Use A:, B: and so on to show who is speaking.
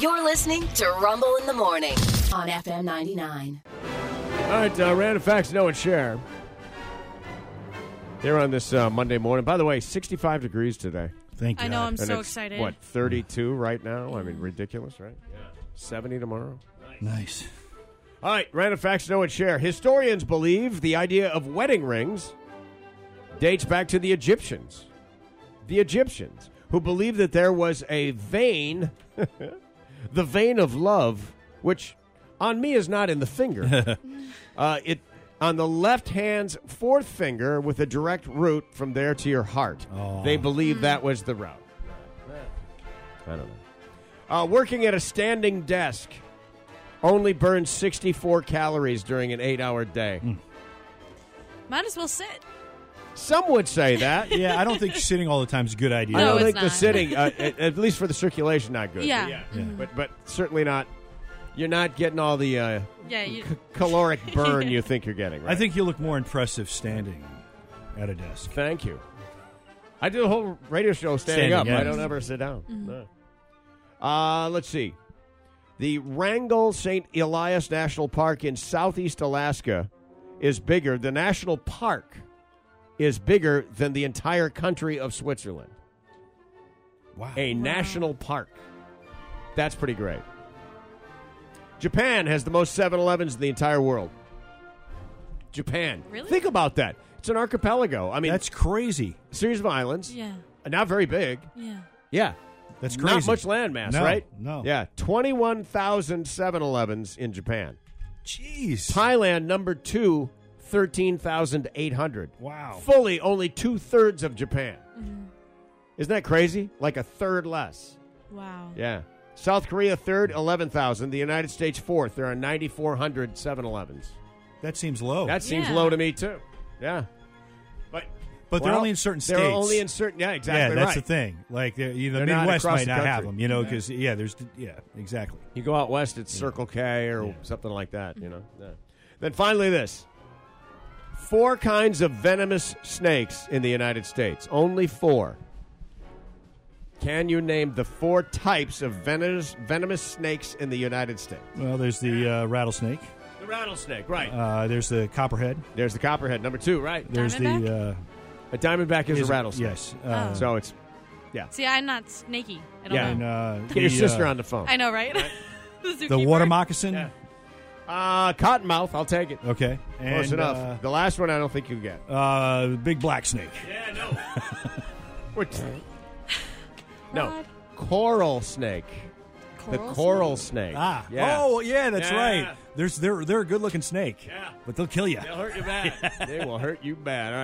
A: You're listening to Rumble in the Morning on FM 99.
B: All right, uh, random facts, know and share. Here on this uh, Monday morning. By the way, 65 degrees today.
C: Thank you.
D: I know I'm
B: And
D: so
B: it's,
D: excited.
B: What, 32 right now? I mean, ridiculous, right? Yeah. 70 tomorrow.
C: Nice.
B: All right, random facts, know and share. Historians believe the idea of wedding rings dates back to the Egyptians. The Egyptians, who believed that there was a vein, the vein of love, which on me is not in the finger. uh, it on the left hand's fourth finger with a direct route from there to your heart. They believe that was the route. I don't know. Uh, working at a standing desk only burns 64 calories during an eight hour day.
D: Might as well sit.
B: Some would say that.
C: Yeah, I don't think sitting all the time is a good idea.
B: I
D: No,
B: don't
D: it's
B: think the
D: not.
B: sitting, uh, at, at least for the circulation, not good.
D: Yeah. Mm-hmm.
B: But,
C: Mm-hmm.
B: but, but certainly not. You're not getting all the uh,
D: Yeah, you,
B: c- caloric burn you think you're getting. Right?
C: I think you look more impressive standing at a desk.
B: Thank you. I do the whole radio show standing,
C: Standing,
B: up.
C: yeah.
B: I don't ever sit down.
D: Mm-hmm.
B: No. Uh, let's see. The Wrangell St. Elias National Park in southeast Alaska is bigger. The national park is bigger than the entire country of Switzerland.
C: Wow.
B: a national park. That's pretty great. Japan has the most 7 Elevens in the entire world. Japan.
D: Really?
B: Think about that. It's an archipelago. I mean,
C: That's crazy.
B: series of islands. Uh,
D: yeah,
B: Not very big.
D: yeah.
B: Yeah.
C: That's crazy.
B: Not much landmass,
C: No,
B: right?
C: no.
B: Yeah. 21,000 7 Elevens in Japan.
C: Jeez.
B: Thailand, number two, 13,800.
C: Wow.
B: Fully only two thirds of Japan.
D: Mm-hmm.
B: Isn't that crazy? Like a third less.
D: Wow.
B: Yeah. South Korea third, 11,000. The United States fourth. There are 9,400 7 Elevens.
C: That seems low.
B: That seems
D: Yeah.
B: low to me, too. Yeah. But,
C: but they're
B: well,
C: only in certain states.
B: They're only in certain. Yeah, exactly
C: yeah, that's
B: right.
C: the thing. Like the, you know, the
B: They're not
C: Midwest
B: across
C: might
B: the
C: not have
B: country.
C: them, you know, because yeah, there's yeah, exactly.
B: You go out west, it's Circle K or
C: Yeah.
B: something like that, you know. Yeah. Then finally, this four kinds of venomous snakes in the United States. Only four. Can you name the four types of venomous, venomous snakes in the United States?
C: Well, there's the uh, rattlesnake.
B: The rattlesnake, right.
C: Uh, there's the copperhead.
B: There's the copperhead, number two, right.
C: There's the uh,
D: Diamondback?
B: A diamondback is, a rattlesnake.
C: Yes. Uh,
D: Oh.
B: So it's.
D: See, I'm not snaky. I don't
B: Yeah.
D: know.
C: And, uh,
B: Get your
C: the,
B: sister
C: uh,
B: on the phone.
D: I know, right? the
C: The
D: zookeeper.
C: water moccasin.
B: Yeah. Uh, cottonmouth, I'll take it.
C: Okay. And,
B: Close enough. the last one I don't think you get.
C: Uh, uh, big black snake.
B: Yeah, no. What? no.
D: Rod.
B: Coral snake. the coral snake.
C: Ah.
B: Yeah.
C: Oh, yeah, that's
B: Yeah.
C: right. There's they're they're a good looking snake.
B: Yeah.
C: But they'll kill you.
B: They'll hurt you bad. they will hurt you bad. All right.